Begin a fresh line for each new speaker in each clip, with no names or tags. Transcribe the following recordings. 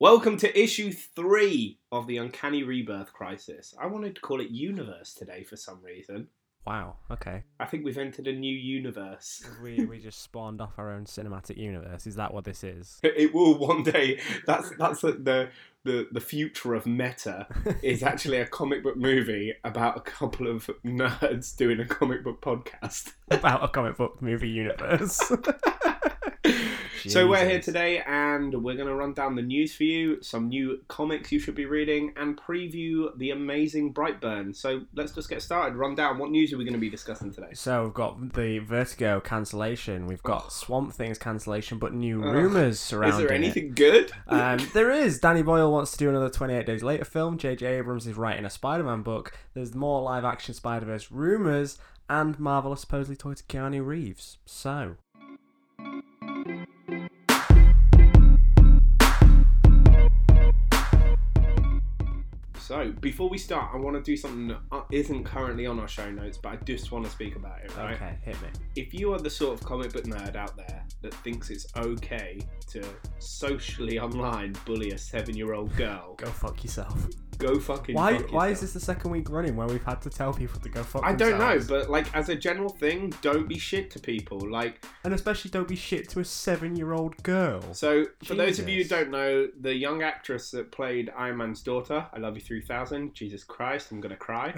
Welcome to issue three of the Uncanny Rebirth Crisis. I wanted to call it Universe today for some reason.
Wow. Okay.
I think we've entered a new universe.
We we just spawned off our own cinematic universe. Is that what this is?
It will one day. That's that's the the, the, the future of meta is actually a comic book movie about a couple of nerds doing a comic book podcast.
about a comic book movie universe.
So we're here
Jesus.
today, and we're going to run down the news for you, some new comics you should be reading, and preview the amazing Brightburn. So let's just get started. Run down. What news are we going to be discussing today?
So we've got the Vertigo cancellation. We've got Swamp Thing's cancellation, but new
Ugh.
rumors surrounding.
Is there
it.
anything good?
Um, there is. Danny Boyle wants to do another 28 Days Later film. J.J. Abrams is writing a Spider Man book. There's more live action Spider Verse rumours. And Marvel is supposedly toyed to Keanu Reeves. So.
So before we start, I want to do something that uh, isn't currently on our show notes, but I just want to speak about it. Right?
Okay, hit me.
If you are the sort of comic book nerd out there that thinks it's okay to socially online bully a seven-year-old girl,
Go fuck yourself.
go fucking.
Why?
fuck
Why
yourself.
is this the second week running where we've had to tell people to go fuck
I don't know,
themselves?
but like as a general thing, don't be shit to people. Like
and especially don't be shit to a seven-year-old girl.
so, for those of you who
Jesus.
don't know, the young actress that played Iron Man's daughter, I love you three thousand, Jesus Christ, I'm gonna cry.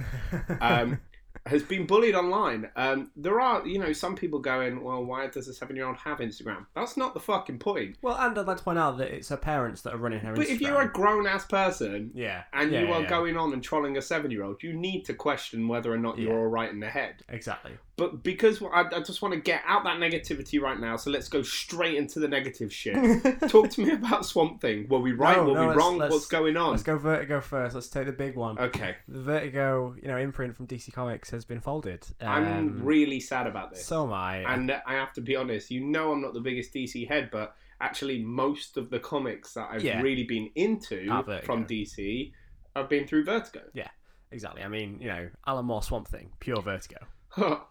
um, has been bullied online. Um, there are, you know, some people going, well, why does a seven year old have Instagram? That's not the fucking point.
well, and I'd like to point out that it's her parents that are running her.
But if you're a
Instagram.
grown ass person
yeah,
and
yeah,
you are
yeah,
going on and trolling a seven year old, you need to question whether or not you're
Yeah.
all right in the head.
exactly.
But because I, I just want to get out that negativity right now, so let's go straight into the negative shit. Talk to me about Swamp Thing. Were we right?
No,
Were
no,
we
let's-
wrong?
let's-
What's going on?
Let's go Vertigo first. Let's take the big one.
Okay.
The Vertigo, you know, imprint from DC Comics has been folded.
I'm
Um,
really sad about this.
so am I.
And I have to be honest, you know I'm not the biggest DC head, but actually most of the comics that I've
Yeah. Ah,
really been into
Are Vertigo.
from DC have been through Vertigo.
exactly. I mean, you know, Alan Moore Swamp Thing, pure Vertigo.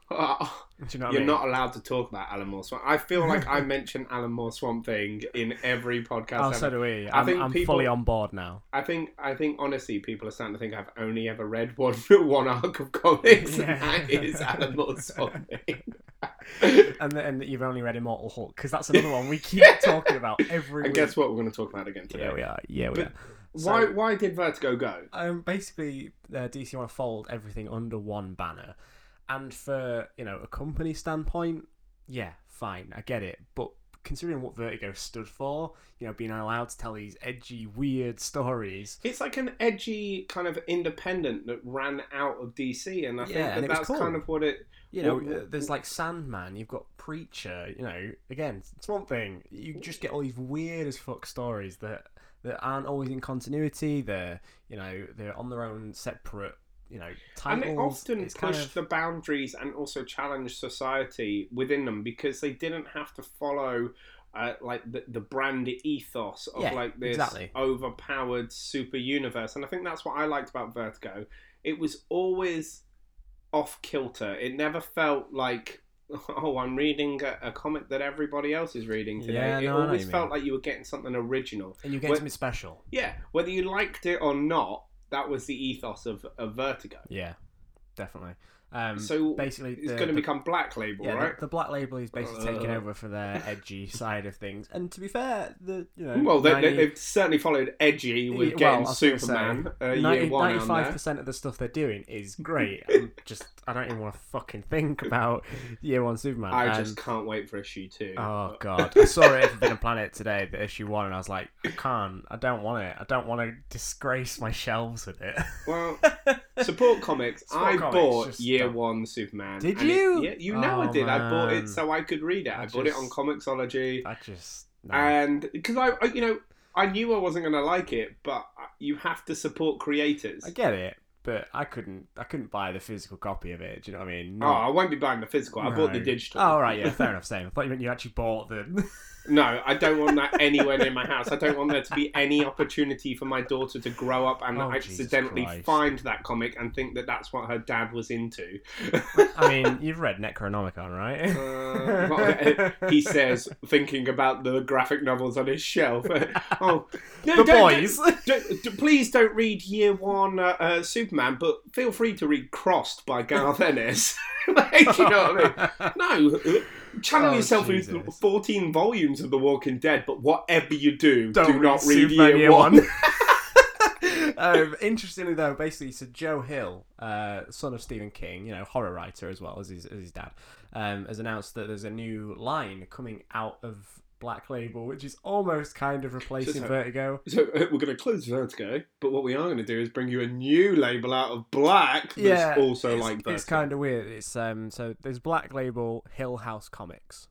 Do you know what I
You're
mean?
not allowed to talk about Alan Moore Swamp. I feel like I mention Alan Moore Swamp Thing in every podcast.
Oh,
ever.
so do we. I'm,
think
I'm
people-
fully on board now.
I think I think honestly, people are starting to think I've only ever read one one arc of comics,
Yeah.
and that is Alan Moore Swamp Thing.
and that and that you've only read Immortal Hulk because that's another one we keep talking about every
and
week.
guess what? We're going to talk about again today.
yeah, we are. Yeah, we
But-
are.
Why why did Vertigo go?
Um, basically, uh, DC want to fold everything under one banner, and for you know a company standpoint, yeah, fine, I get it. But considering what Vertigo stood for, you know, being allowed to tell these edgy, weird stories,
It's like an edgy kind of independent that ran out of DC, and I
Yeah, and
think
it
that
was
that's
cool.
kind of what it.
you know, uh,
Well, well,
there's like Sandman, you've got Preacher, you know, again, Swamp Thing. You just get all these weird as fuck stories that that aren't always in continuity. They're you know they're on their own separate. You know,
And
titles.
it often
It's
pushed
kind of-
the boundaries and also challenged society within them because they didn't have to follow. Uh, like the, the brand ethos of
Yeah,
like this
exactly.
overpowered super universe and i think that's what i liked about vertigo it was always off kilter it never felt like oh i'm reading a, a comic that everybody else is reading today
Yeah,
it
no, I know what you
always felt
mean.
like you were getting something original
and you get
Well-
something special.
Yeah, whether you liked it or not, that was the ethos of, of Vertigo.
Yeah, definitely. Um,
So,
basically,
It's
the-
going to
the-
become Black Label,
yeah, the-
right?
the, black label is basically taking
Uh.
over for their edgy side of things. And to be fair, the you know,
well, they, they,
90
they've certainly followed Edgy with
Yeah, well, I
getting
was gonna
Superman uh, year
90
one on there.
95% of the stuff they're doing is great. I'm just, I don't even want to fucking think about year one Superman.
I
Um,
just can't wait for issue two.
Oh god, I saw it in Forbidden Planet today, the issue one, and I was like, I can't, I don't want it, I don't want to disgrace my shelves with it.
Well, support comics.
Support
I
comics,
bought
just
year
don't-
one Superman.
Did
and it-
you?
yeah, you know I
Oh,
did. I bought
man.
it so I could read it. I,
I
bought it on
just-
Comixology.
I just no.
And because I, uh, I, you know, I knew I wasn't going to like it, but I- you have to support creators. Oh,
I get it, but I couldn't I couldn't buy the physical copy of it. Do you know what I mean?
Oh, I won't be buying the physical. I bought the
No.
digital.
Oh, all right, yeah, fair enough. Same. I thought you meant you actually bought the.
No, I don't want that anywhere near my house. I don't want there to be any opportunity for my daughter to grow up and
Oh, Jesus
accidentally
Christ.
find that comic and think that that's what her dad was into.
I mean, you've read Necronomicon, right?
Uh, what- he says, thinking about the graphic novels on his shelf. oh, no,
the
don't- don't-
boys.
don't- d- please don't read Year One uh, uh, Superman, but feel free to read Crossed by Garth Ennis. like, you know what I mean? No, uh, channel
Oh,
yourself with
Jesus.
14 volumes of The Walking Dead, but whatever you do, do not read
Superman
year, one.
um, interestingly, though, basically, so Joe Hill, uh, son of Stephen King, you know, horror writer as well as his, as his dad, um, has announced that there's a new line coming out of Black Label, which is almost kind of replacing
So-
Vertigo.
So uh, we're going to close Vertigo, but what we are going to do is bring you a new label out of black that's
Yeah,
also
it's,
like Vertigo.
it's kind of weird. It's um, so there's Black Label Hill House Comics.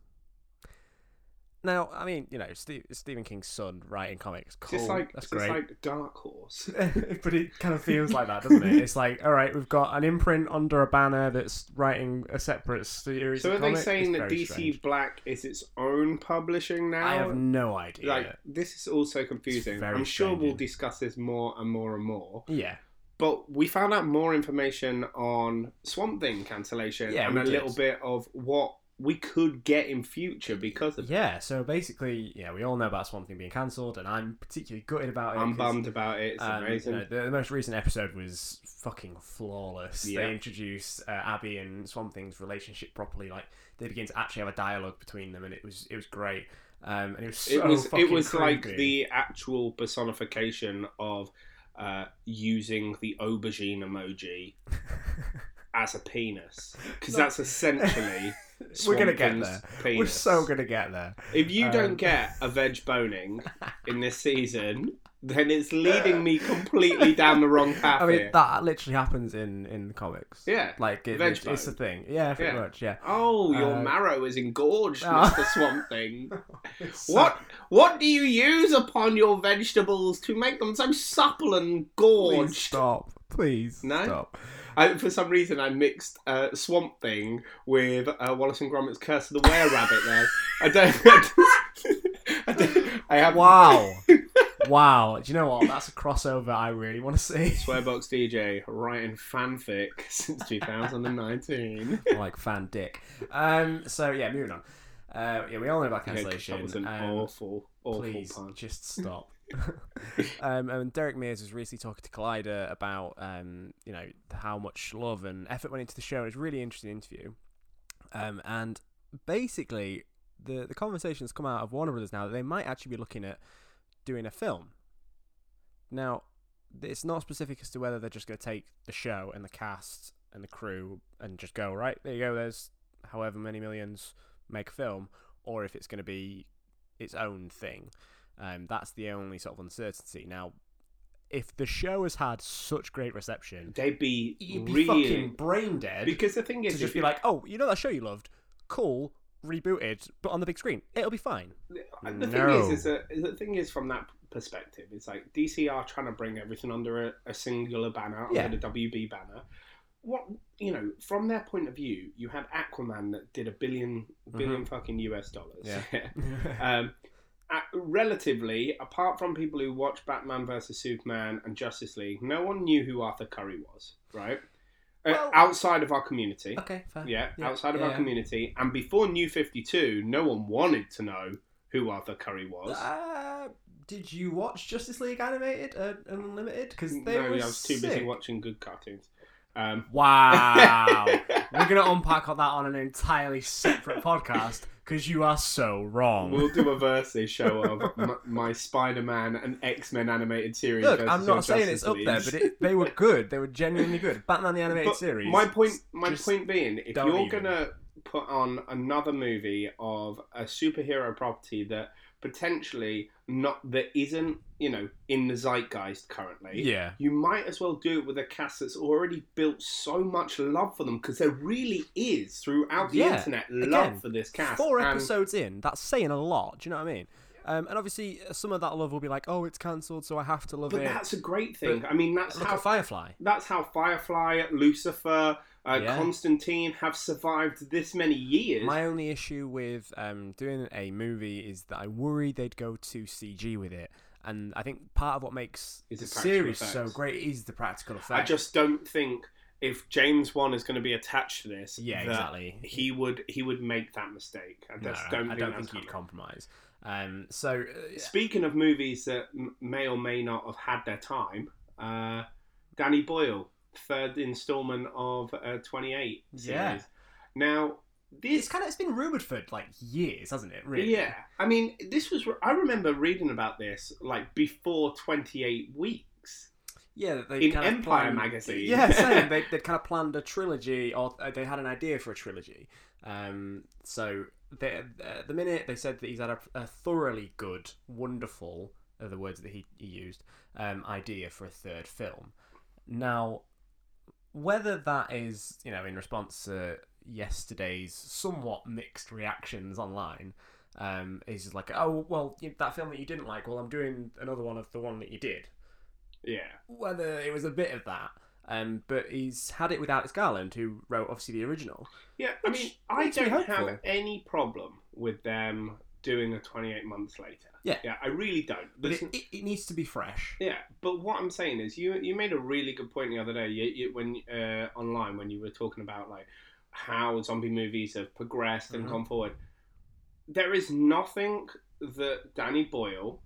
Now, I mean, you know, Steve, Stephen King's son writing comics.
It's
Cool.
just like,
That's
it's
great.
just like Dark Horse.
but it kind of feels like that, doesn't it? It's like, all right, we've got an imprint under a banner that's writing a separate series.
So
of
are they
comics.
saying
It's
that
very
DC
strange.
Black is its own publishing now?
I have no idea.
like this is all so confusing.
very
I'm sure
strange,
we'll
isn't it?
discuss this more and more and more.
yeah,
But we found out more information on Swamp Thing cancellation
Yeah,
and
we
a
did.
little bit of what we could get in future because of.
yeah. So basically, yeah, we all know about Swamp Thing being cancelled, and I'm particularly gutted about it.
I'm
'cause,
bummed about it. It's
um,
amazing.
you know, the, the most recent episode was fucking flawless.
Yeah.
They introduce uh, Abby and Swamp Thing's relationship properly. Like they begin to actually have a dialogue between them, and it was it was great. Um, and it was so
it was it
fucking
was like
creepy.
the actual personification of uh, using the aubergine emoji as a penis because
No.
that's essentially.
We're gonna
Swamp
get
Thing's
there. We're
penis.
so gonna get there.
If you
Um,
don't get a veg boning in this season, then it's leading me completely down the wrong path.
I mean,
here.
that literally happens in in the comics.
yeah.
Like it,
Veg
it's, it's a
bone.
thing. Yeah, pretty
Yeah.
much. Yeah.
Oh, your
Uh,
marrow is engorged,
Oh.
Mr. Swamp Thing. What what do you use upon your vegetables to make them so supple and
Please
gorged?
stop. Please
No?
stop.
I, for some reason, I mixed uh, Swamp Thing with uh, Wallace and Gromit's Curse of the Were Rabbit. There, I don't. I, don't- I have
Wow. wow. Do you know what? That's a crossover I really want to see.
Swearbox DJ writing fanfic since 2019.
like fan dick. Um. So yeah, moving on. Uh, yeah, we all know about
Yeah, 'cause
cancellation.
that was an
Um,
awful, awful
please
pun.
just stop. um, and Derek Mears was recently talking to Collider about um, you know how much love and effort went into the show. It was a really interesting interview. Um, and basically, the the conversation has come out of Warner Brothers now that they might actually be looking at doing a film. Now, it's not specific as to whether they're just going to take the show and the cast and the crew and just go right there. You go. There's however many millions make a film, or if it's going to be its own thing. Um, that's the only sort of uncertainty. Now, if the show has had such great reception,
They'd be,
you'd be fucking
reeing.
brain dead
Because the thing
to
is,
just
if
be
you-
like, oh, you know that show you loved? Cool, rebooted, but on the big screen. It'll be fine.
the thing is,
No.
is that, the thing is from that perspective, it's like DC are trying to bring everything under a, a singular banner,
Yeah.
under the WB banner. What you know, from their point of view, you had Aquaman that did a 1000000000 billion fucking US dollars.
Mm-hmm. Yeah.
um, uh, relatively, apart from people who watch Batman versus Superman and Justice League, no one knew who Arthur Curry was, right? Uh,
Well-
outside of our community.
okay, fair.
Yeah,
Yeah,
outside of
yeah,
our
yeah.
community. And before New 52, no one wanted to know who Arthur Curry was.
Uh, did you watch Justice League Animated uh, and Unlimited? Because they
no,
were
I was too busy
sick.
watching good cartoons. Um,
Wow. We're going to unpack all that on an entirely separate podcast because you are so wrong.
We'll do a versus show of my, my Spider-Man and X-Men animated series.
Look,
versus
I'm
your
not saying
Justice
it's up there,
Leagues.
but it, they were good. They were genuinely good. Batman the Animated
But
Series.
My point, my
just
point being, if
don't
you're
even.
gonna put on another movie of a superhero property that potentially not that isn't you know in the zeitgeist currently,
Yeah.
you might as well do it with a cast that's already built so much love for them because there really is throughout the
Yeah,
internet
again,
love for this cast.
Four
and-
episodes in, that's saying a lot. Do you know what I mean? Um, and obviously, some of that love will be like, oh, it's cancelled, so I have to love
But
it.
that's a great thing.
But
I mean, that's
Look
how
at Firefly.
that's how Firefly, Lucifer, uh,
Yeah.
Constantine have survived this many years.
My only issue with um, doing a movie is that I worry they'd go too CG with it. And I think part of what makes
Is
the
the practical
series
effects.
so great is the practical effects.
I just don't think if James Wan is going to be attached to this,
yeah,
that
exactly.
He would he would make that mistake. I
No,
just
I-
don't
I
think
don't
that's
think he'd
happening.
compromise. Um, so uh,
Speaking of movies that m- may or may not have had their time, uh, Danny Boyle, third installment of uh, Twenty Eight series.
Yeah.
Now this
it's kind of it's been rumored for like years, hasn't it? Really?
Yeah, I mean, this was. I remember reading about this like before 28 weeks.
Yeah, that they
In
kind of
Empire
planned-
magazine.
Yeah, same. they they kind of planned a trilogy, or uh, they had an idea for a trilogy. Um, so they, uh, the minute they said that he's had a, a thoroughly good, wonderful, are the words that he, he used, um, idea for a third film. Now, whether that is you know in response to yesterday's somewhat mixed reactions online. Um, is just like, oh well, you- that film that you didn't like. Well, I'm doing another one of the one that you did
Yeah,
whether it was a bit of that. Um, but he's had it with Alex Garland, who wrote obviously the original.
yeah. I
Which
mean, I
makes me
don't
hopeful.
have any problem with them doing a 28 months later.
Yeah.
yeah. I really don't.
But it,
There's-
it, it needs to be fresh.
yeah, but what I'm saying is, you you made a really good point the other day you, you, when uh, online when you were talking about like how zombie movies have progressed and
Mhm.
gone forward. There is nothing that Danny Boyle,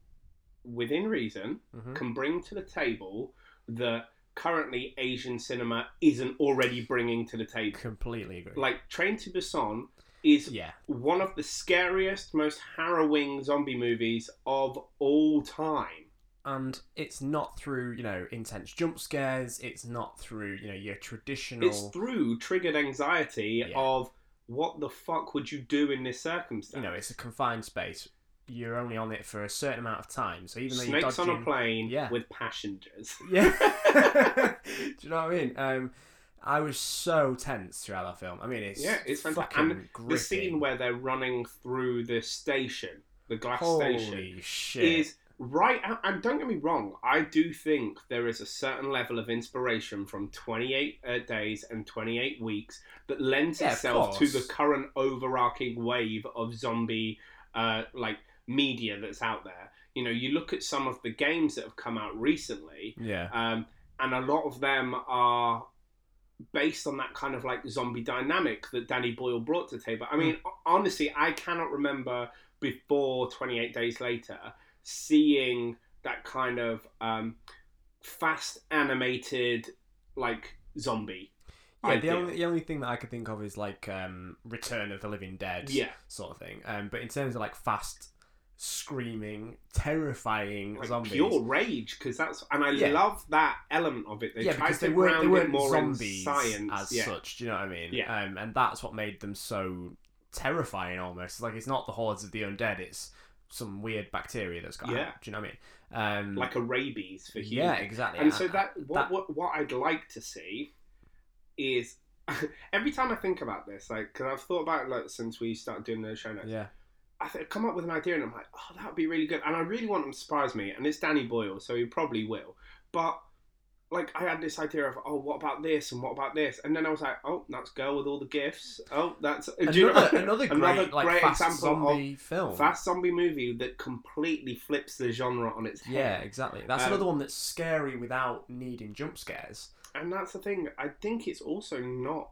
within reason,
Mhm.
can bring to the table that currently Asian cinema isn't already bringing to the table.
Completely agree.
Like Train to Busan is
yeah,
one of the scariest, most harrowing zombie movies of all time.
and it's not through you know intense jump scares. It's not through you know your traditional.
It's through triggered anxiety
Yeah.
of what the fuck would you do in this
you
circumstance?
know, it's a confined space. You're only on it for a certain amount of time. So even though you're
Snakes on a
dodging-
plane
Yeah.
with passengers.
Yeah. Do you know what I mean? Um, I was so tense throughout that film. I mean, it's
Yeah, it's fantastic.
fucking
And
gripping.
the scene where they're running through the station, the glass
Holy
station,
shit!
is right out. And don't get me wrong, I do think there is a certain level of inspiration from 28 uh, days and 28 weeks that lends
Yeah, of
itself to the
course.
current overarching wave of zombie uh, like media that's out there. You know, you look at some of the games that have come out recently,
yeah.
um, and a lot of them are based on that kind of like zombie dynamic that Danny Boyle brought to the table. I
Hmm.
mean, ho- honestly, I cannot remember before 28 Days Later seeing that kind of um, fast animated like zombie.
Yeah, the
idea.
only, the only thing that I could think of is like um, Return of the Living Dead,
Yeah,
sort of thing. Um, but in terms of like fast, screaming, terrifying
like
zombies,
pure rage because that's and I
Yeah.
love that element of it. They
yeah,
tried
because
to
they weren't
ground
they
it
weren't
more in
zombies
science.
as
yeah.
such. Do you know what I mean?
Yeah.
Um, and that's what made them so terrifying almost. It's like it's not the hordes of the undead; it's some weird bacteria that's got.
Yeah.
out, Do you know what I mean? Um,
like a rabies for humans.
yeah, exactly.
and so that what,
that-
what what I'd like to see is every time I think about this, like because I've thought about it like since we started doing the show notes,
yeah,
I th- come up with an idea and I'm like, oh, that would be really good, and I really want them to surprise me, and it's Danny Boyle, so he probably will, but. Like I had this idea of oh what about this and what about this and then I was like oh that's girl with all the gifts oh that's
another,
do you know-
another great, like fast
of
zombie film.
fast zombie movie that completely flips the genre on its head
Yeah, exactly. That's
Um,
another one that's scary without needing jump scares.
And that's the thing. I think it's also not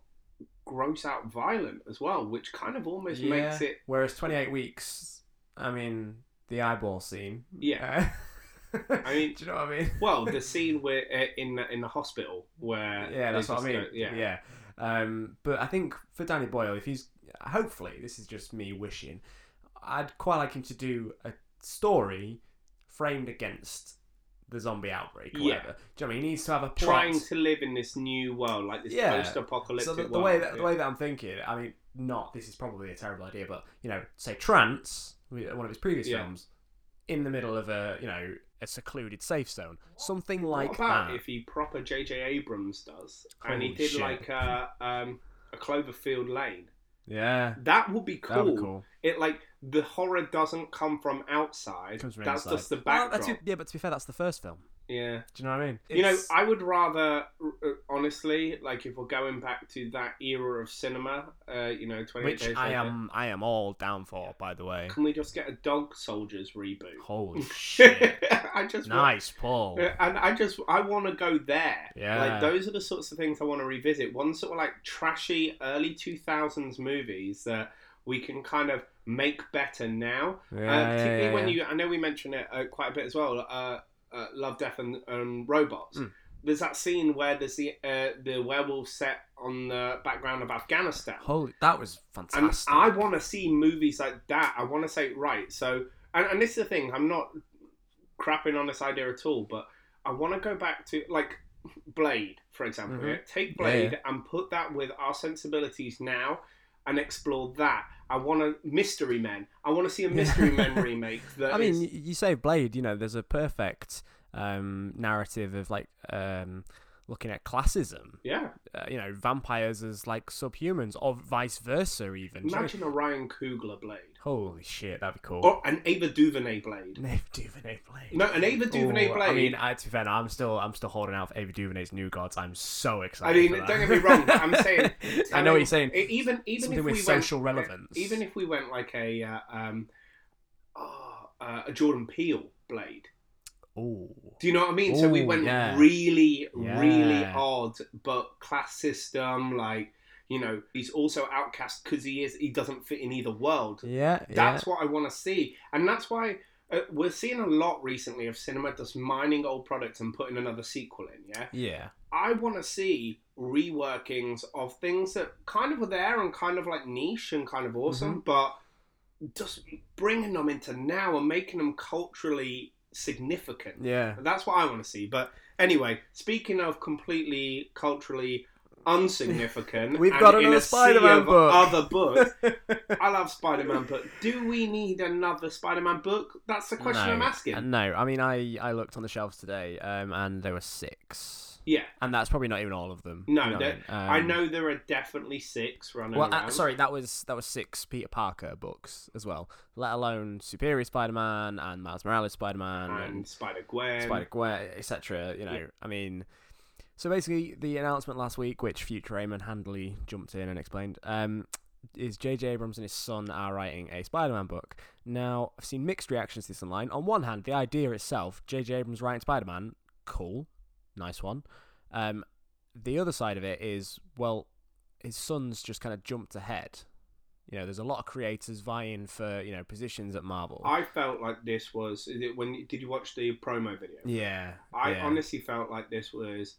gross out violent as well, which kind of almost makes it.
Whereas 28 weeks, I mean, the eyeball scene.
Yeah.
I
mean-
do you know what I mean?
Well, the scene where uh, in the, in the hospital where
yeah,
they
that's what I
just
mean.
go- yeah,
yeah. Um, but I think for Danny Boyle, if he's hopefully this is just me wishing, I'd quite like him to do a story framed against the zombie outbreak. Or
Yeah.
whatever. Do you know what I mean? He needs to have a plot.
trying to live in this new world, like this
Yeah.
post-apocalyptic
so the, the
world.
way that, the
yeah.
way that I'm thinking, I mean, not this is probably a terrible idea, but you know, say Trance, one of his previous
Yeah.
films, in the middle of a you know a secluded safe zone, something like
what about
that.
if he proper J.J. Abrams does, and he
Holy
did
shit.
like a um, a Cloverfield Lane?
Yeah,
That would be
that
cool.
would be cool.
It like the horror doesn't come from outside.
Comes from
that's
inside.
just the
Well,
backdrop.
that's it- yeah, but to be fair, that's the first film.
Yeah.
Do you know what I mean?
you know,
It's-
I would rather, r- r- honestly, like if we're going back to that era of cinema, uh, you know, twenty
which
days
I
Later,
am, I am all down for. By the way,
Can we just get a Dog Soldiers reboot?
holy Oh, shit!
I just want-
nice, Paul.
Uh, And I just I want to go there.
Yeah.
like those are the sorts of things I want to revisit. Ones that were like trashy early two thousands movies that we can kind of make better now.
Yeah,
uh,
yeah,
particularly
yeah,
when
yeah.
you, I know we mentioned it uh, quite a bit as well. Uh, uh, Love, Death, and um, Robots.
Mm.
There's that scene where there's the uh, the werewolf set on the background of Afghanistan.
holy, that was
And
fantastic.
I want to see movies like that. I want to say, right, so, and, and this is the thing, I'm not crapping on this idea at all, but I want to go back to, like, Blade, for example.
Mhm.
yeah? Take
Yeah, yeah.
Blade and put that with our sensibilities now and explore that. I want to, Mystery Men. I want to see a
Yeah.
Mystery Men remake. That
I
is-
mean, y- you say Blade, you know, there's a perfect um, narrative of like um, looking at classism.
yeah.
Uh, you know, vampires as like subhumans, or vice versa, even. Do you know what I mean?
Imagine a Ryan Coogler Blade.
Holy shit, that'd be cool.
Or an Ava DuVernay Blade.
Ava DuVernay Blade.
No, an Ava DuVernay
Ooh,
Blade.
I mean, I, to be fair, I'm still, I'm still holding out for Ava DuVernay's New Gods. I'm so
I
excited.
mean,
for that.
don't get me wrong. But I'm saying,
I know what you're saying.
E- Even even
Something
if
with
we
social
went,
relevance.
Even if we went like a uh, um, oh, uh, a Jordan Peele blade.
Ooh.
Do you know what I mean? so we
Ooh,
went
yeah.
really, really
Yeah.
odd, but class system. Like you know, he's also outcast because he is. He doesn't fit in either world.
Yeah, yeah.
That's what I want to see, and that's why. Uh, we're seeing a lot recently of cinema just mining old products and putting another sequel in, yeah?
Yeah.
I want to see reworkings of things that kind of were there and kind of like niche and kind of
Mm-hmm.
awesome, but just bringing them into now and making them culturally significant.
Yeah.
That's what I want to see. But anyway, speaking of completely culturally unsignificant,
We've
and
got
in
another
a sea
Spider-Man
of
book.
Other books. I love Spider-Man book. Do we need another Spider-Man book? That's the question
no,
I'm asking.
uh, No, I mean, I, I looked on the shelves today, um, and there were six,
yeah,
and that's probably not even all of them.
No,
You know what
there- I
I, mean? Um,
know there are definitely six running
Well,
around.
uh, sorry, that was that was six Peter Parker books as well, let alone Superior Spider-Man and Miles Morales Spider-Man and
and Spider Gwen.
Spider Gwen, etc. You know,
Yeah.
I mean, so basically, the announcement last week, which Future Raymond handily jumped in and explained, um, is J.J. Abrams and his son are writing a Spider Man book. Now, I've seen mixed reactions to this online. On one hand, the idea itself, J.J. Abrams writing Spider Man, cool, nice one. Um, the other side of it is, well, his son's just kind of jumped ahead. You know, there's a lot of creators vying for you know positions at Marvel.
I felt like this was is it when did you watch the promo video?
yeah,
I
yeah.
honestly felt like this was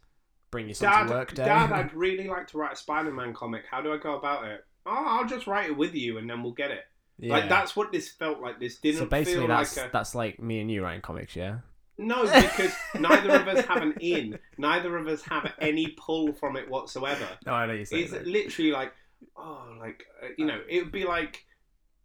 bring your son
Dad.
to work day.
Dad, I'd really like to write a Spider-Man comic. How do I go about it? Oh, I'll just write it with you, and then we'll get it. Like that's what this felt like. This didn't
so basically
feel
that's
like a
that's like me and you writing comics, yeah.
no, because neither of us have an in. Neither of us have any pull from it whatsoever.
No, I know you
It's literally like, oh, like uh, you know, it would be like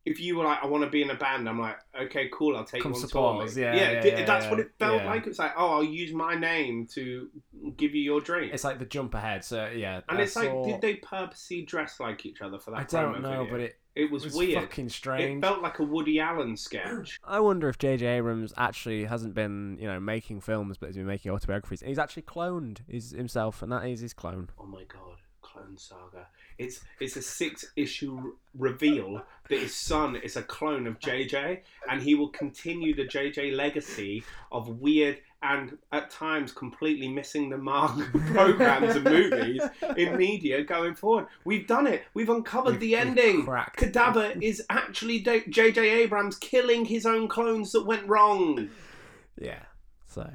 if you were like, I want to be in a band. I'm like, okay, cool, I'll take
Come
you on
support
tour.
us,
mate."
yeah, yeah,
di-
yeah,
that's what
yeah,
it felt
yeah.
like. It's like, oh, I'll use my name to give you your dream.
It's like the jump ahead. So yeah,
and
I
it's like,
saw-
did they purposely dress like each other for that?
I don't
promo
know,
video?
but it,
it
was,
was, weird.
fucking
It
strange.
felt like a Woody Allen sketch.
I wonder if J.J. Abrams actually hasn't been, you know, making films, but has been making autobiographies. He's actually cloned his, himself, and that is his clone.
oh my god. Clone Saga. It's it's a six issue r- reveal that his son is a clone of JJ, and he will continue the JJ legacy of weird and at times completely missing the mark programs and movies in media going forward. We've done it. We've uncovered
We've-
the
we've
ending.
cracked.
Cadaver is actually Da- JJ Abrams killing his own clones that went wrong.
Yeah. So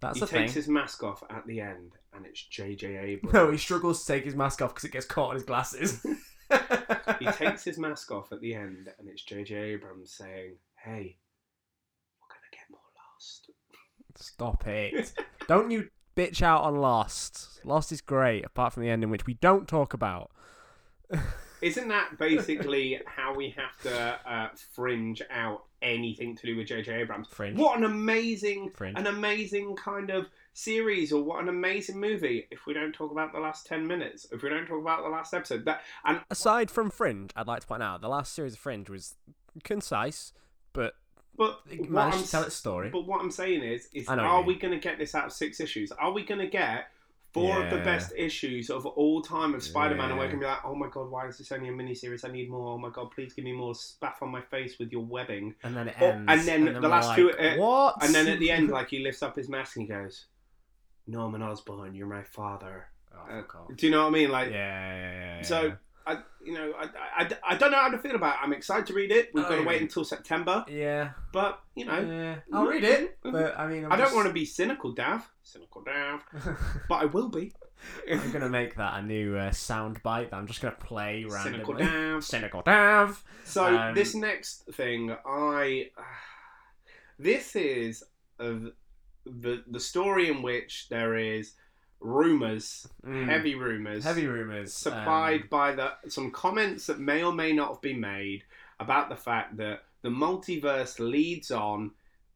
that's
he
the
takes
thing.
his mask off at the end, and it's JJ Abrams.
No, he struggles to take his mask off because it gets caught on his glasses.
he takes his mask off at the end, and it's J.J. Abrams saying, "Hey, we're gonna get more lost."
Stop it. don't you bitch out on Lost. Lost is great, apart from the ending, which we don't talk about.
Isn't that basically how we have to uh, fringe out anything to do with J.J. Abrams?
Fringe.
What an amazing,
Fringe.
an amazing kind of series, or what an amazing movie! If we don't talk about the last ten minutes, if we don't talk about the last episode, that and
Aside from Fringe, I'd like to point out the last series of Fringe was concise, but
But
it
what
managed
I'm
to tell
s-
its story.
But what I'm saying is, is
I know what
are
you
we going to get this out of six issues? Are we going to get four of the
Yeah.
best issues of all time of Spider-Man, and we're
Yeah.
going to be like, oh my god, why is this only a miniseries? I need more. Oh my god, please give me more. Spaff on my face with your webbing.
and then it
Oh,
ends.
and then the
we're
last
like,
two, uh,
what?
And then at the end, like he lifts up his mask and he goes, "Norman Osborn, you're my father."
oh,
uh,
fuck off.
Do you know what I mean?
Yeah,
Like,
yeah, yeah, yeah,
so I, you know, I, I, I- I don't know how to feel about it. I'm excited to read it. We've got to
Oh.
wait until September,
yeah,
but you know, Mm-hmm.
yeah. I'll read it, but I mean, I'm
I don't want to be cynical, Dav. Cynical, Dav.
to.
But I will be.
I'm gonna make that a new uh, sound bite that I'm just gonna play
cynical,
randomly.
Dav.
Cynical Dav.
So
Um,
this next thing, I, this is of the the story in which there is rumors,
Mm.
heavy rumors,
Heavy rumors.
supplied by the some comments that may or may not have been made about the fact that the multiverse leads on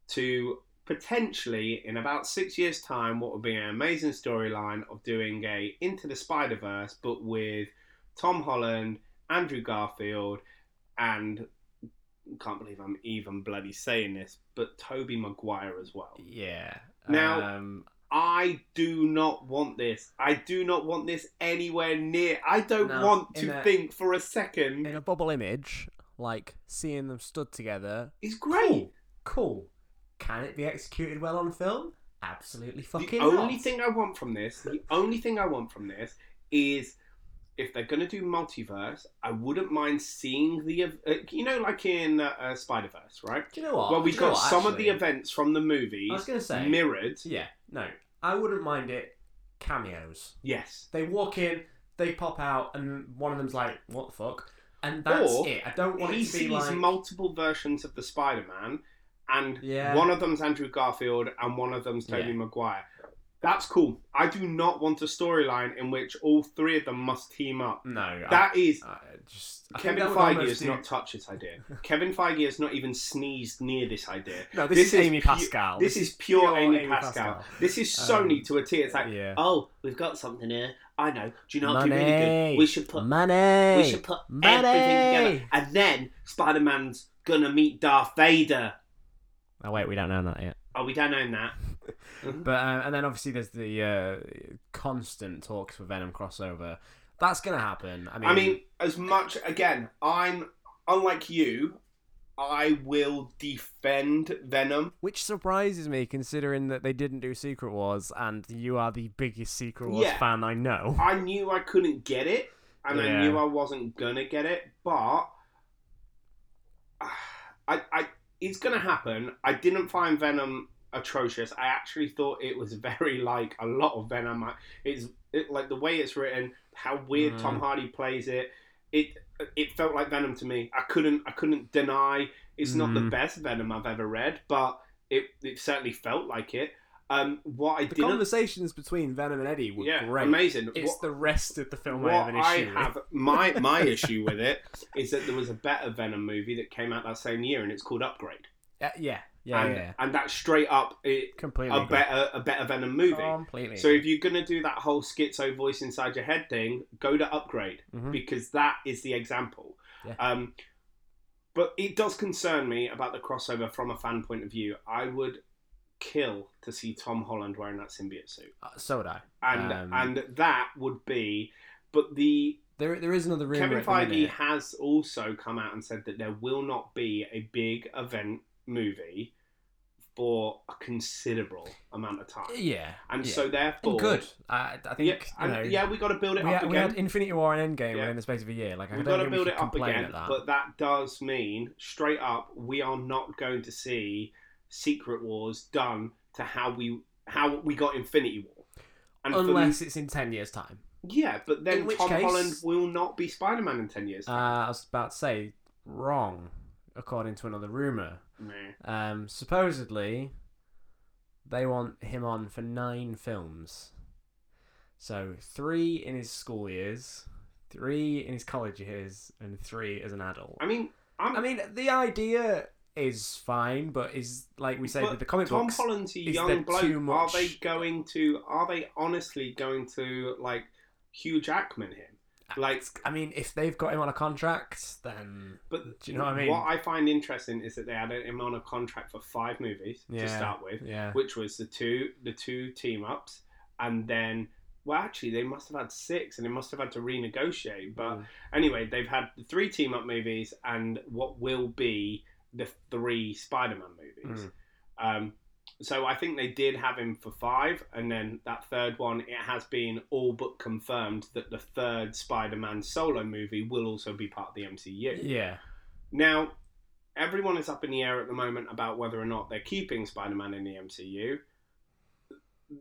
to potentially in about six years time what would be an amazing storyline of doing a into the spider verse but with tom holland andrew garfield and can't believe i'm even bloody saying this but toby maguire as well
Um, yeah.
Now-
Um,
I do not want this. I do not want this anywhere near. I don't
No,
want
in
to
a-
think for a second.
in a bubble image, like seeing them stood together.
it's great.
Cool. Cool. Can it be executed well on film? Absolutely fucking
the only
not.
thing I want from this, the only thing I want from this is if they're going to do multiverse, I wouldn't mind seeing the, ev- uh, you know, like in uh, uh, Spider Verse, right?
Do you know what?
Well, we
Do
have
you know
got
what,
some of
Oh, actually?
the events from the
I was
movies
gonna say.
mirrored.
yeah. No, I wouldn't mind it. Cameos.
Yes.
They walk in, they pop out, and one of them's like, "What the fuck?" And that's
Or
it. I don't want
he
it to be
sees
like.
multiple versions of the Spider-Man, and
Yeah.
one of them's Andrew Garfield and one of them's Tobey
Yeah.
Maguire. That's cool. I do not want a storyline in which all three of them must team up.
no, I-
That is
I, just
Kevin Feige has not touched this idea. Kevin Feige has not even sneezed near this idea.
No,
this is pu-
Pascal.
This, is pure, Amy, Pascal. This is Sony
Um,
to a T. It's like,
yeah.
oh, we've got something here. I know. Do you know what would be
Money.
really good? We should put
money.
we should put
Money.
everything together. And then Spider Man's gonna meet Darth Vader.
Oh wait, we don't know that yet.
Oh, we don't own that.
But uh, and then obviously there's the uh, constant talks for Venom crossover. That's gonna happen. I mean,
I mean, as much again, I'm unlike you, I will defend Venom.
which surprises me considering that they didn't do Secret Wars, and you are the biggest Secret Wars
Yeah.
fan I know.
I knew I couldn't get it, and I
Yeah.
knew I wasn't gonna get it, but I, I, it's gonna happen. I didn't find Venom atrocious. I actually thought it was very like a lot of Venom. I- It's it, like the way it's written, how weird
Mm.
Tom Hardy plays it. It it felt like Venom to me. I couldn't I couldn't deny it's not the
Mm.
best Venom I've ever read, but it it certainly felt like it. Um, what I
The
didn't
conversations between Venom and Eddie were
yeah
great.
amazing.
It's
What-
the rest of the film I
what
have an issue with.
have- my my issue with it is that there was a better Venom movie that came out that same year, and it's called Upgrade.
Uh, yeah, yeah,
and,
yeah.
and that's straight up it,
Completely.
a
agree.
better a better Venom movie.
Completely.
so if you're gonna do that whole schizo voice inside your head thing, go to Upgrade
Mhm.
because that is the example.
Yeah.
Um, but it does concern me about the crossover from a fan point of view. I would kill to see Tom Holland wearing that symbiote suit,
Uh, so would I.
and
Um,
and that would be. But the
There, there is another rumor.
Kevin
at the
Feige
minute.
has also come out and said that there will not be a big event movie for a considerable amount of time,
Yeah.
and
yeah.
so therefore,
And good. I, I think.
yeah, and
you know,
yeah, we got to build it
we,
up
had, we
again.
had Infinity War and Endgame
Yeah.
within the space of a year. Like I
We've
don't
got to
think
build
we
it
should
up
complain
again,
at that.
but that does mean straight up we are not going to see Secret Wars done to how we how we got Infinity War, and for me-
Unless it's in ten years' time.
yeah, but
In
then
which
Tom
case-
Holland will not be Spider Man in ten years.
Uh, I was about to say wrong, according to another rumor.
Meh.
Um, supposedly, they want him on for nine films. So three in his school years, three in his college years, and three as an adult.
I mean, I'm
I mean, the idea is fine, but is like we say
But
with the comic
Tom
books.
Holland's a
is
young
there
bloke.
too
Are
much-
they going to? Are they honestly going to like Hugh Jackman him?
Ah,
Like,
I mean, if they've got him on a contract, then
but
Do you know what I mean?
What I find interesting is that they had him on a contract for five movies
Yeah.
to start with,
yeah,
which was the two the two team ups, and then well, actually, they must have had six, and they must have had to renegotiate. But
Mm.
anyway, they've had the three team up movies and what will be the three Spider Man movies. Um, so I think they did have him for five, and then that third one, it has been all but confirmed that the third Spider Man solo movie will also be part of the MCU.
yeah,
Now, everyone is up in the air at the moment about whether or not they're keeping Spider Man in the MCU.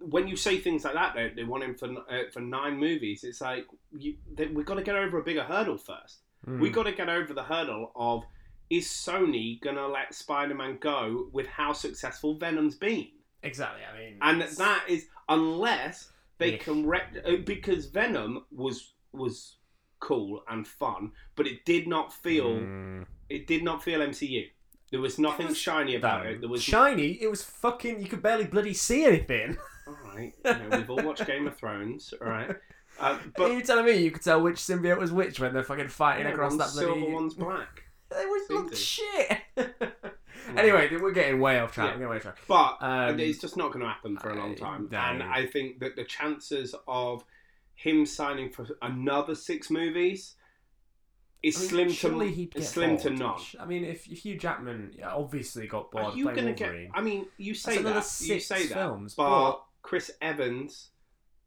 When you say things like that, they, they want him for uh, for nine movies. It's like you, they, we've got to get over a bigger hurdle first. We
Mm.
got to get over the hurdle of is Sony gonna let Spider Man go with how successful Venom's been?
exactly. I mean,
and
it's-
that is unless they
Yeah.
can rec- uh, because Venom was was cool and fun, but it did not feel
Mm.
it did not feel MCU. There was nothing
was-
shiny about it. There was
shiny. It was fucking. You could barely bloody see anything.
all right. You know, we've all watched Game of Thrones, all right. Uh,
But
but
Are you telling me you could tell which symbiote was which when they're fucking fighting
yeah,
across that
one's silver,
bloody?
one's black.
They was
Seemed
looked
to.
shit. anyway, we're getting way off track.
Hmm. Yeah.
We're getting way off track.
But
Um,
it's just not going to happen for a long
I-
time.
no.
And I think that the chances of him signing for another six movies is
I mean,
slim
surely
to
he'd
is
get
slim to
bored.
none.
I mean, if if Hugh Jackman obviously got bored
Are you
playing
going to get?
Wolverine,
I mean, you say that.
another
You
six
say that.
films,
but,
but-
Chris Evans